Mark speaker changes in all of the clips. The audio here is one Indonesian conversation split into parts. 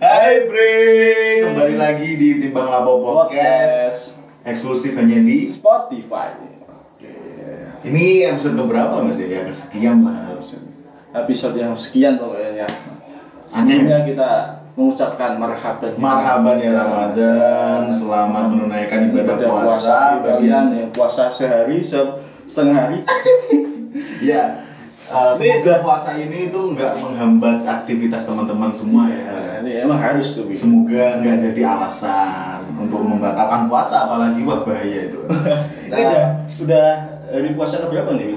Speaker 1: Hai Bre
Speaker 2: Kembali lagi di Timbang Labo Podcast Eksklusif hanya di
Speaker 1: Spotify Oke
Speaker 2: Ini episode keberapa mas ya? Ya kesekian lah harusnya
Speaker 1: Episode yang sekian pokoknya ya Sebelumnya kita mengucapkan marhaban
Speaker 2: Marhaban ya Ramadan Selamat menunaikan ibadah puasa bagi
Speaker 1: Kalian yang puasa sehari, se- setengah hari
Speaker 2: Ya eh, Semoga puasa ini tuh nggak menghambat aktivitas teman-teman semua ya
Speaker 1: Nah, Ini emang harus tuh Bi.
Speaker 2: Nah. Semoga nggak jadi alasan untuk membatalkan puasa apalagi wah bahaya itu
Speaker 1: Ini udah,
Speaker 2: Nah,
Speaker 1: udah hari puasa keberapa nih? Bi?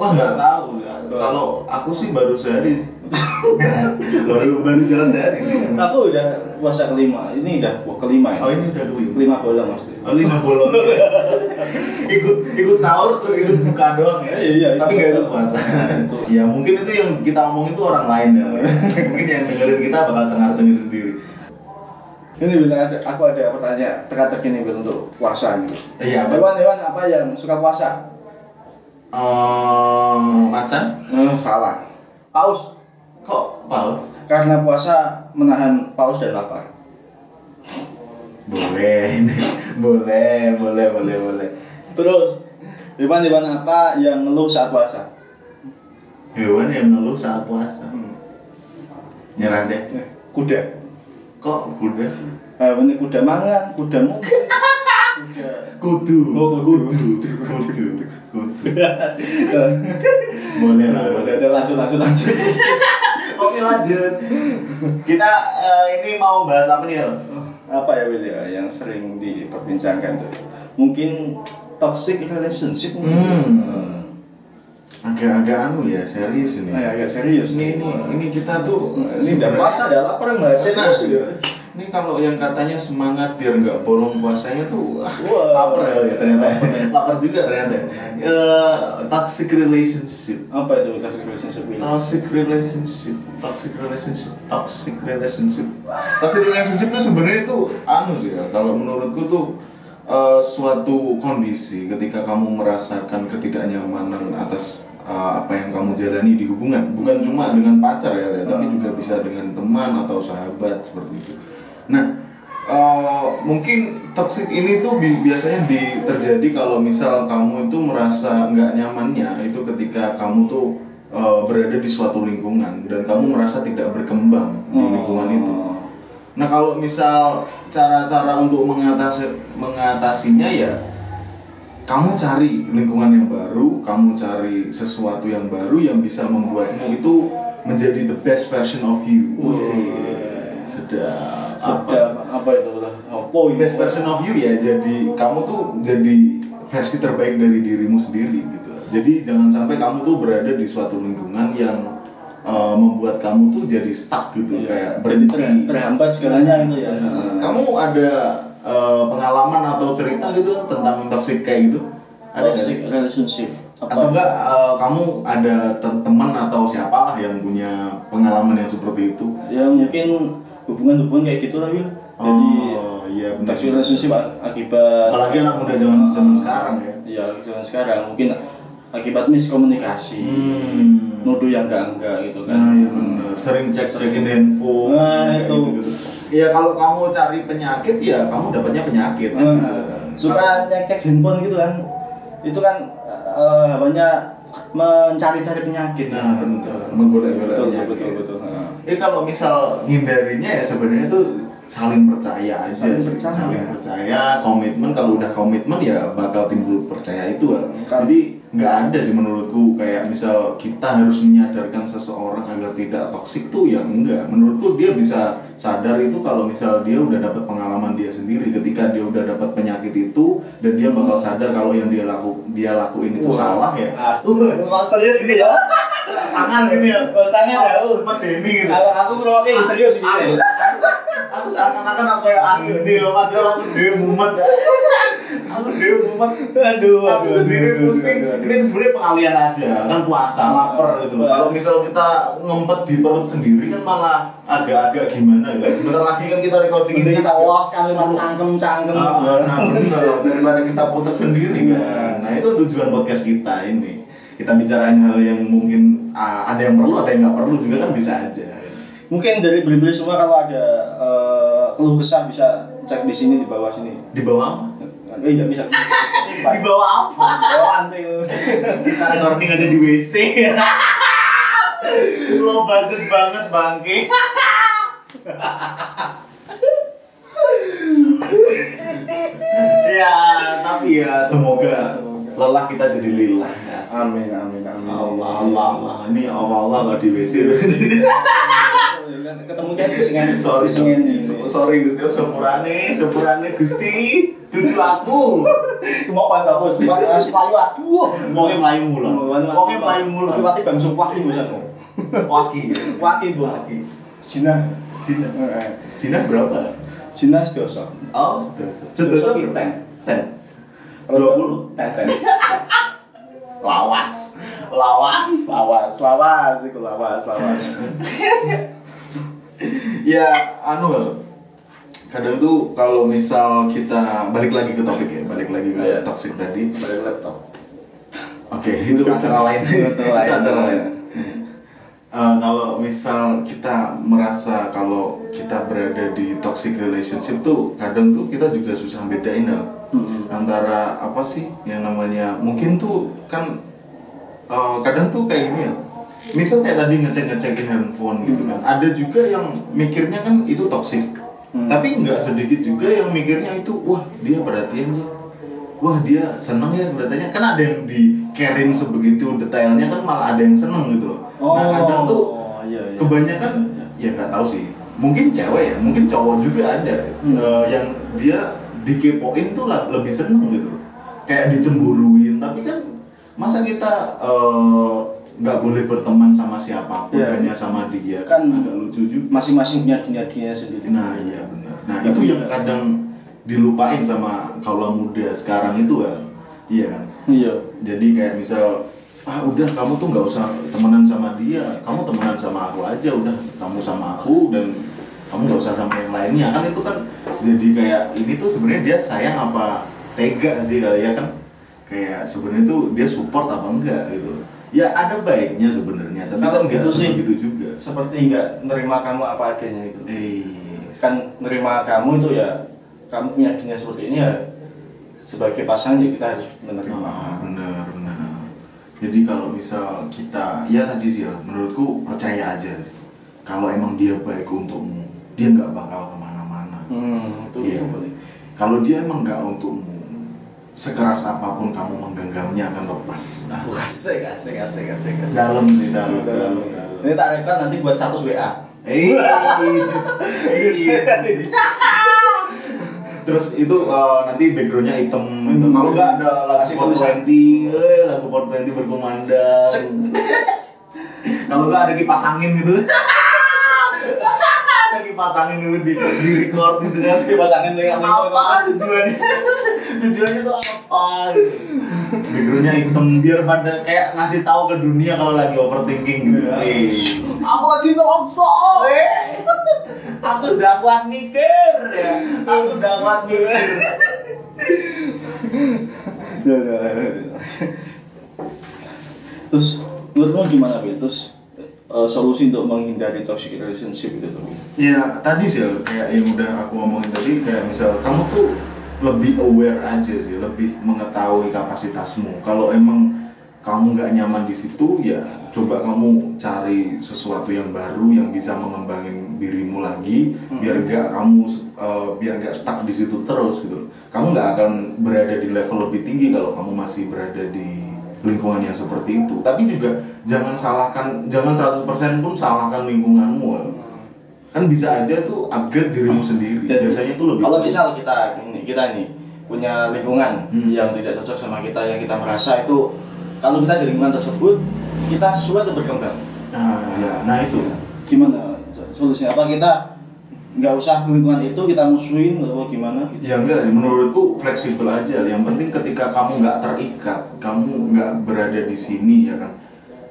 Speaker 2: Wah nggak tahu. Kalau aku sih baru sehari. baru baru jalan sehari.
Speaker 1: Aku udah puasa kelima, ini udah kelima ya?
Speaker 2: Hmm. Oh ini udah dua.
Speaker 1: Kelima bola mas
Speaker 2: Oh, lima bolong. ikut ikut sahur terus ikut buka doang ya.
Speaker 1: Iya, iya, itu.
Speaker 2: Tapi nggak ikut puasa.
Speaker 1: Itu.
Speaker 2: ya mungkin itu yang kita omongin itu orang lain ya. mungkin yang dengerin kita bakal cengar cengir sendiri.
Speaker 1: Ini Bil, ada, aku ada pertanyaan teka-teki nih Bil untuk puasa nih.
Speaker 2: Iya, apa?
Speaker 1: Hewan-hewan apa yang suka puasa?
Speaker 2: Ehm, macan?
Speaker 1: Eh, salah. Paus.
Speaker 2: Kok paus?
Speaker 1: Karena puasa menahan paus dan lapar.
Speaker 2: Boleh, boleh, boleh, boleh, boleh.
Speaker 1: Terus, hewan-hewan apa yang ngeluh saat puasa?
Speaker 2: Hewan yang ngeluh saat puasa.
Speaker 1: Hmm,
Speaker 2: Nyerah deh.
Speaker 1: eh, Kuda.
Speaker 2: Kok kuda?
Speaker 1: Hewannya kuda mangan, kuda mungkin. Kuda.
Speaker 2: Kudu.
Speaker 1: Oh, kudu.
Speaker 2: Kudu. Kudu.
Speaker 1: Eh,
Speaker 2: Boleh lah.
Speaker 1: Nah, Udah, udah, lanjut, lanjut, lanjut.
Speaker 2: Oke lanjut. Kita eh, ini mau bahas apa nih? El?
Speaker 1: Apa ya Will ya, yang sering diperbincangkan tuh? Mungkin toxic relationship mungkin.
Speaker 2: Hmm. Agak-agak anu ya serius ini.
Speaker 1: Nah, agak serius
Speaker 2: Ini ini ini kita tuh
Speaker 1: Ini udah puasa, udah lapar, nggak
Speaker 2: Nah,
Speaker 1: serius ya.
Speaker 2: ini kalau yang katanya semangat biar nggak bolong puasanya tuh wah,
Speaker 1: Wah.
Speaker 2: lapar ya ternyata lapar juga ternyata Eh, toxic relationship
Speaker 1: Apa itu toxic relationship Will?
Speaker 2: toxic relationship toxic relationship toxic relationship toxic relationship itu sebenarnya itu anu sih ya kalau menurutku tuh eh, suatu kondisi ketika kamu merasakan ketidaknyamanan atas eh, apa yang kamu jalani di hubungan bukan cuma dengan pacar ya, ya, tapi
Speaker 1: Hmm.
Speaker 2: juga bisa dengan teman atau sahabat seperti itu nah eh, mungkin toxic ini tuh bi- biasanya di- terjadi kalau misal kamu itu merasa nggak nyamannya itu ketika kamu tuh eh, berada di suatu lingkungan dan kamu merasa tidak berkembang
Speaker 1: Oh.
Speaker 2: di lingkungan itu. Nah kalau misal cara-cara untuk mengatasi mengatasinya ya kamu cari lingkungan yang baru, kamu cari sesuatu yang baru yang bisa membuatmu itu menjadi the best version of you.
Speaker 1: Wih.
Speaker 2: Sedap. Apa? Oh,
Speaker 1: Sedap apa itu lah? Apa ini?
Speaker 2: Best version of you ya jadi kamu tuh jadi versi terbaik dari dirimu sendiri gitu. Jadi jangan sampai kamu tuh berada di suatu lingkungan yang eh, membuat kamu tuh jadi stuck gitu
Speaker 1: Iya.
Speaker 2: kayak
Speaker 1: Jadi
Speaker 2: berhenti.
Speaker 1: ter- terhambat segalanya itu ya.
Speaker 2: Nah, Kamu ada eh, pengalaman atau cerita gitu tentang toxic kayak gitu? Ada nggak
Speaker 1: toxic
Speaker 2: sih?
Speaker 1: relationship. Apa?
Speaker 2: Atau enggak eh, kamu ada te- teman atau siapalah yang punya pengalaman yang seperti itu?
Speaker 1: Ya mungkin hubungan-hubungan kayak gitu lah Will. Jadi
Speaker 2: oh, iya benar.
Speaker 1: toxic relationship a- akibat
Speaker 2: Apalagi anak muda zaman zaman sekarang ya.
Speaker 1: ya zaman sekarang mungkin akibat miskomunikasi,
Speaker 2: Hmm.
Speaker 1: nuduh yang enggak enggak gitu kan.
Speaker 2: Nah, iya benar. Sering cek-cekin handphone.
Speaker 1: Nah,
Speaker 2: kayak
Speaker 1: itu.
Speaker 2: gitu-gitu. Iya, kalau kamu cari penyakit ya kamu dapatnya penyakit. kan gitu.
Speaker 1: Nah, suka nyek-nyek handphone gitu kan itu kan eh, banyak mencari-cari penyakit
Speaker 2: Nah, benar. Menggolek-golek
Speaker 1: betul betul
Speaker 2: penyakit.
Speaker 1: betul, betul. Nah,
Speaker 2: Eh kalau misal hindarinya ya sebenarnya itu saling percaya aja
Speaker 1: Saling
Speaker 2: sih.
Speaker 1: percaya.
Speaker 2: saling percaya komitmen kalau udah komitmen ya bakal timbul percaya itu kan
Speaker 1: Kan.
Speaker 2: jadi nggak ada sih menurutku kayak misal kita harus menyadarkan seseorang agar tidak toksik tuh ya enggak menurutku dia bisa sadar itu kalau misal dia udah dapat pengalaman dia sendiri ketika dia udah dapat penyakit itu dan dia bakal sadar kalau yang dia laku dia lakuin itu
Speaker 1: Wah,
Speaker 2: salah ya
Speaker 1: asli. Wah, serius gitu ya
Speaker 2: sangat ini ya
Speaker 1: Wah, sangar ya.
Speaker 2: Temen Denny gitu
Speaker 1: aku aku ngerokok yang serius gitu
Speaker 2: aku
Speaker 1: ya
Speaker 2: aku seakan-akan aku yang aku deal padahal aku deal mumet aku deal mumet
Speaker 1: aduh
Speaker 2: aku sendiri
Speaker 1: aduh,
Speaker 2: pusing
Speaker 1: aduh, aduh.
Speaker 2: ini sebenarnya pengalian aja kan puasa lapar gitu loh kalau misal kita ngempet di perut sendiri kan malah agak-agak gimana ya sebentar lagi kan kita recording ini
Speaker 1: Mending kita
Speaker 2: kan agak-
Speaker 1: los kan lewat cangkem-cangkem
Speaker 2: Ah, nah benar daripada kita putar sendiri kan nah itu tujuan podcast kita ini kita bicarain hal yang mungkin ah, ada yang perlu ada yang nggak perlu juga kan bisa aja
Speaker 1: mungkin dari beli-beli semua kalau ada eh, keluh kesah bisa cek di sini di bawah sini
Speaker 2: Di bawah apa?
Speaker 1: eh nggak bisa
Speaker 3: Di bawah apa?
Speaker 1: oh anting
Speaker 3: Kita recording aja di WC. Lo budget banget bangke. ya, tapi ya semoga,
Speaker 2: Semoga.
Speaker 3: lelah kita jadi lillah. Ya,
Speaker 2: Amin, amin, amin.
Speaker 3: Allah, Allah, Allah. Ini ya Allah, Allah nggak di WC.
Speaker 1: ketemunya di sini
Speaker 3: sorry,
Speaker 1: di sini
Speaker 3: sorry, sorry Gusti, sepurane, sepurane Gusti, tutu aku.
Speaker 1: mau pancak terus pancak payu aduh
Speaker 3: Wonge mlayu mulan. Wonge mlayu mulan.
Speaker 1: liwati bang sumpah iki bisa
Speaker 3: Waki.
Speaker 1: wati bu
Speaker 3: Waki.
Speaker 1: Cina
Speaker 3: Cina.
Speaker 2: Eh,
Speaker 1: Heeh.
Speaker 3: Cina berapa?
Speaker 1: Cina sedoso
Speaker 3: Oh, sedoso.
Speaker 1: Sedoso
Speaker 3: berapa?
Speaker 1: ten.
Speaker 3: Ten.
Speaker 1: Kalau
Speaker 3: 20.
Speaker 1: teten
Speaker 3: Lawas. Lawas.
Speaker 1: lawas lawas iku lawas lawas
Speaker 2: ya anu kadang tuh kalau misal kita balik lagi ke topik ya balik lagi ke
Speaker 3: Iya.
Speaker 2: toxic tadi
Speaker 1: balik laptop
Speaker 2: oke itu acara lain
Speaker 1: Acara lain.
Speaker 2: Itu acara lain Eh, kalau misal kita merasa kalau kita berada di toxic relationship tuh kadang tuh kita juga susah bedain Al. antara apa sih yang namanya mungkin tuh kan eh, kadang tuh kayak gini ya misal kayak tadi ngecek ngecekin handphone gitu kan ada juga yang mikirnya kan itu toxic
Speaker 1: Hmm.
Speaker 2: tapi nggak sedikit juga yang mikirnya itu wah dia perhatian ya wah dia seneng ya perhatiannya kan ada yang di carein sebegitu detailnya kan malah ada yang seneng gitu loh nah kadang tuh
Speaker 1: Oh. iya, iya.
Speaker 2: kebanyakan ya nggak tahu sih mungkin cewek ya mungkin cowok juga ada
Speaker 1: Hmm.
Speaker 2: eh, yang dia dikepoin tuh lah- lebih seneng gitu loh. kayak dicemburuin tapi kan masa kita eh, nggak boleh berteman sama siapapun
Speaker 1: Iya.
Speaker 2: hanya sama dia kan
Speaker 1: Kan-
Speaker 2: agak lucu juga
Speaker 1: masing-masing punya dunia dunia sendiri
Speaker 2: nah iya benar nah itu yang
Speaker 1: ya.
Speaker 2: kadang dilupain sama kaula muda sekarang itu ya iya kan
Speaker 1: iya
Speaker 2: jadi kayak misal ah udah kamu tuh nggak usah temenan sama dia kamu temenan sama aku aja udah kamu sama aku dan kamu nggak usah sama yang lainnya kan itu kan jadi kayak ini tuh sebenarnya dia sayang apa tega sih kali ya kan kayak sebenarnya tuh dia support apa enggak gitu ya ada baiknya sebenarnya tapi kan
Speaker 1: Kalau
Speaker 2: nggak
Speaker 1: gitu sih.
Speaker 2: sebegitu juga
Speaker 1: seperti nggak nerima kamu apa adanya gitu
Speaker 2: eh
Speaker 1: kan nerima kamu itu ya kamu punya dunia seperti ini ya sebagai pasangan ya kita harus menerima
Speaker 2: Ah, benar benar jadi kalau misal kita ya tadi sih ya, menurutku percaya aja kalau emang dia baik untukmu dia nggak bakal kemana-mana
Speaker 1: hmm, itu
Speaker 2: Iya.
Speaker 1: itu boleh
Speaker 2: kalau dia emang nggak untukmu sekeras apapun kamu menggenggamnya akan lepas Ah,
Speaker 3: Asik, asik, asik, asik, asik.
Speaker 2: dalam nih dalam dalam dalam.
Speaker 1: ini tak rekam nanti buat satu WA
Speaker 2: Eh, Iya, Terus itu eh, nanti backgroundnya hitam gitu.
Speaker 1: Hmm.
Speaker 2: Kalau nggak ada lagu
Speaker 1: Kasih
Speaker 2: 420, eh, lagu 420 berkumandang. Kalau nggak ada kipas angin gitu. ada kipas angin gitu di, di record gitu kan.
Speaker 1: Oke, pasangan deh yang
Speaker 2: Apa tujuannya? tujuannya tuh apa? Backgroundnya hitam biar pada kayak ngasih tahu ke dunia kalau lagi overthinking gitu.
Speaker 1: Iya.
Speaker 2: Eh.
Speaker 3: Aku lagi ngelongso. eh. Aku udah kuat mikir. ya. Aku udah kuat mikir.
Speaker 1: terus menurutmu gimana Bil? terus eh, solusi untuk menghindari toxic relationship itu tuh
Speaker 2: Ya tadi sih kayak yang udah aku omongin tadi kayak misal kamu tuh lebih aware aja sih, lebih mengetahui kapasitasmu. Kalau emang kamu nggak nyaman di situ ya coba kamu cari sesuatu yang baru yang bisa mengembangin dirimu lagi biar nggak kamu eh, biar nggak stuck di situ terus gitu. loh. Kamu nggak akan berada di level lebih tinggi kalau kamu masih berada di lingkungan yang seperti itu. Tapi juga jangan salahkan jangan 100% pun salahkan lingkunganmu. loh kan bisa aja tuh upgrade dirimu sendiri
Speaker 1: Dan
Speaker 2: Ah, biasanya tuh lebih
Speaker 1: kalau misal kita ini kita nih punya lingkungan
Speaker 2: Hmm.
Speaker 1: yang tidak cocok sama kita yang kita merasa itu kalau kita di lingkungan tersebut kita sulit untuk berkembang Iya.
Speaker 2: nah, ya, nah itu
Speaker 1: gimana solusinya apa kita nggak usah ke lingkungan itu kita musuhin atau gimana gitu
Speaker 2: ya enggak sih, menurutku fleksibel aja yang penting ketika kamu nggak terikat kamu nggak berada di sini ya kan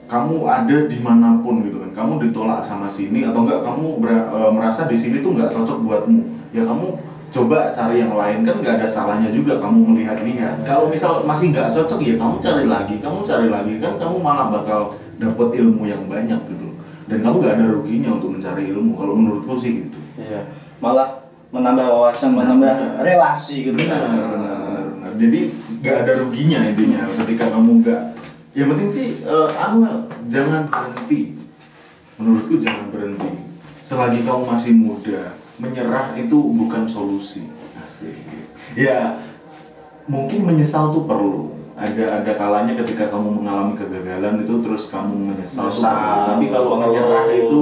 Speaker 2: kamu ada dimanapun gitu kan kamu ditolak sama sini atau enggak kamu ber- eh, merasa di sini tuh nggak cocok buatmu ya kamu coba cari yang lain kan nggak ada salahnya juga kamu melihat-lihat kalau misal masih nggak cocok ya kamu cari lagi kamu cari lagi kan kamu malah bakal dapet ilmu yang banyak gitu dan kamu nggak ada ruginya untuk mencari ilmu kalau menurutku sih gitu
Speaker 1: Iya. Malah menambah wawasan,
Speaker 2: Nah,
Speaker 1: menambah
Speaker 2: benar.
Speaker 1: relasi gitu.
Speaker 2: benar. jadi nggak ada ruginya intinya ketika kamu nggak yang penting sih eh, Anwar jangan berhenti menurutku jangan berhenti selagi kamu masih muda menyerah itu bukan solusi asik ya mungkin menyesal tuh perlu ada ada kalanya ketika kamu mengalami kegagalan itu terus kamu menyesal, tuh
Speaker 1: Menyesal,
Speaker 2: perlu. tapi kalau
Speaker 1: perlu.
Speaker 2: menyerah itu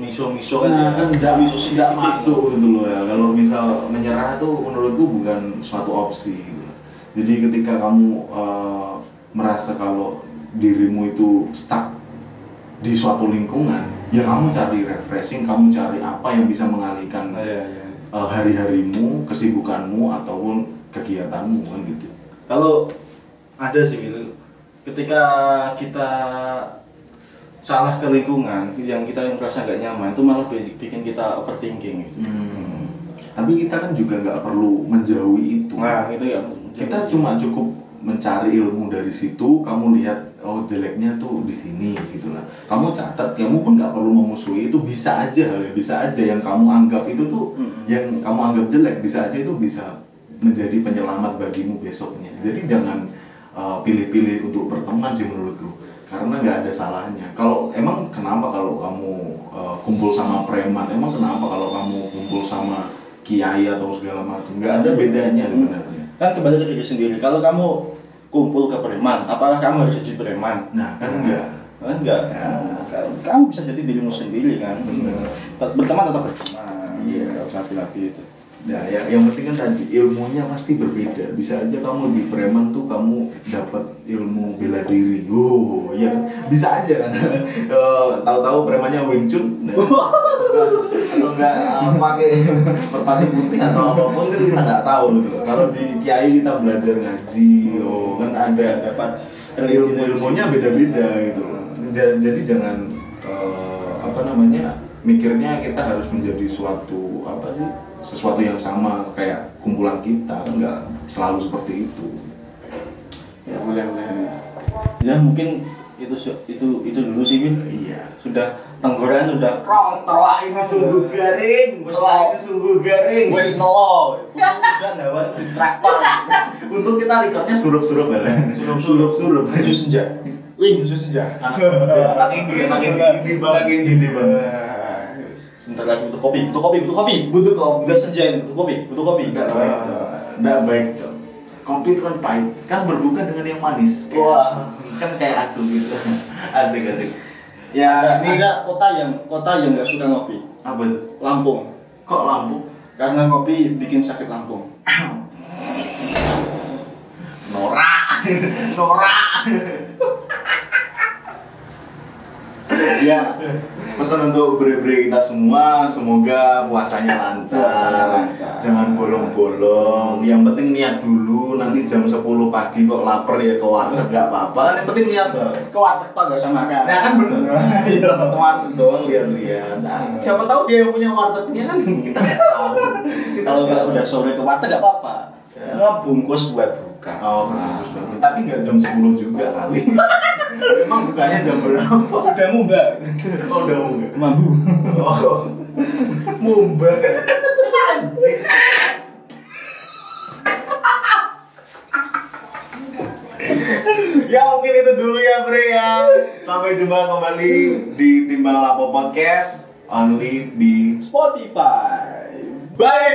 Speaker 1: miso-miso kan
Speaker 2: Nah, kan
Speaker 1: ya.
Speaker 2: tidak
Speaker 1: Miso
Speaker 2: masuk, tidak
Speaker 1: sedikit-sedikit.
Speaker 2: masuk gitu loh ya. Kalau misal menyerah tuh menurutku bukan suatu opsi. Gitu. Jadi ketika kamu eh, merasa kalau dirimu itu stuck di suatu lingkungan, ya kamu cari refreshing, kamu cari apa yang bisa mengalihkan
Speaker 1: Nah,
Speaker 2: eh,
Speaker 1: iya, iya.
Speaker 2: hari-harimu, kesibukanmu ataupun kegiatanmu kan gitu.
Speaker 1: Kalau ada sih gitu. Ketika kita salah ke lingkungan yang kita merasa nggak nyaman itu malah bi- bikin kita overthinking gitu.
Speaker 2: Hmm. Tapi kita kan juga nggak perlu menjauhi itu.
Speaker 1: Nah, gitu ya.
Speaker 2: kita cuma cukup mencari ilmu dari situ kamu lihat oh jeleknya tuh di sini gitu lah kamu catat kamu pun nggak perlu memusuhi itu bisa aja bisa aja yang kamu anggap itu tuh
Speaker 1: Mm.
Speaker 2: yang kamu anggap jelek bisa aja itu bisa menjadi penyelamat bagimu besoknya jadi jangan uh, pilih-pilih untuk berteman sih menurutku karena nggak ada salahnya kalau emang kenapa kalau kamu uh, kumpul sama preman emang kenapa kalau kamu kumpul sama kiai atau segala macam nggak ada bedanya sebenarnya
Speaker 1: kan kembali ke diri sendiri. Kalau kamu kumpul ke preman, apakah kamu harus jadi preman?
Speaker 2: Nah, kan enggak.
Speaker 1: Kan enggak.
Speaker 2: Ya.
Speaker 1: Kamu- Kamu bisa jadi dirimu sendiri kan.
Speaker 2: Benar.
Speaker 1: Tet- Berteman tetap berteman.
Speaker 2: Iya.
Speaker 1: Nggak usah rapi-rapi itu.
Speaker 2: Nah, ya, yang penting kan tadi ilmunya pasti berbeda. Bisa aja kamu lebih preman tuh kamu dapat ilmu bela diri. Oh, ya kan? Bisa aja kan. Eh, tahu-tahu premannya Wing Chun. Nah, atau enggak eh, pakai merpati putih atau apapun kan kita nggak tahu gitu. Kalau di kiai kita belajar ngaji, oh kan ada
Speaker 1: Ya, Dapat
Speaker 2: ilmu-ilmunya beda-beda gitu loh. Ja- Jadi jangan eh, apa namanya mikirnya kita harus menjadi suatu apa sih sesuatu yang sama kayak kumpulan kita kan nggak selalu seperti itu.
Speaker 1: Ya boleh boleh. Ya mungkin itu su- itu itu dulu sih Win.
Speaker 2: Iya.
Speaker 1: Sudah tenggoran sudah
Speaker 3: Rong, telak ini sungguh garing. Telak ini
Speaker 2: sungguh garing.
Speaker 1: wes nelo. Udah dapat di traktor.
Speaker 2: Untuk kita recordnya surup-surup ya. Surup-surup.
Speaker 1: Baju senja. Win baju senja.
Speaker 3: Nah,
Speaker 2: Anak ini, anak ini, anak ini,
Speaker 1: Sebentar lagi butuh kopi, butuh kopi, butuh kopi. Butuh kopi. Enggak senja ini, butuh kopi, butuh kopi. Nah,
Speaker 2: Tidak baik. Tidak baik. dong. Kopi itu kan pahit. Kan berbuka dengan yang manis. Kayak-
Speaker 1: Wah.
Speaker 2: Kan kayak aku gitu. Asik asik.
Speaker 1: Ada,
Speaker 2: Ya ini
Speaker 1: ada kota yang kota yang nggak suka ngopi.
Speaker 2: apa itu?
Speaker 1: Lampung.
Speaker 2: Kok lampu?
Speaker 1: Karena ngopi bikin sakit Lampung.
Speaker 2: Norak. Norak.
Speaker 1: Iya.
Speaker 2: ya pesan untuk bre-bre kita semua semoga puasanya lancar,
Speaker 1: Puasanya lancar.
Speaker 2: jangan bolong-bolong yang penting niat dulu nanti jam 10 pagi kok lapar ya ke warteg nggak apa-apa kan yang penting niat dong.
Speaker 1: Kuat tetap nggak sama kan?
Speaker 2: Nah kan bener
Speaker 1: Iya.
Speaker 2: Ke warteg doang lihat-lihat Ah, Siapa tahu dia yang punya wartegnya kan kita nggak tahu Kita
Speaker 1: Kalau
Speaker 2: nggak
Speaker 1: nggak udah sore ke warteg nggak apa-apa. Ngebungkus buat buka.
Speaker 2: Oh, nah, tapi nggak jam 10 juga kali Emang bukanya jam berapa?
Speaker 1: Udah mumbah.
Speaker 2: Oh udah enggak
Speaker 1: Mambu.
Speaker 2: Oh Mumba Anjing Ya mungkin itu dulu ya Bre ya Sampai jumpa kembali di Timbang Lapo Podcast Only di
Speaker 1: Spotify.
Speaker 2: Bye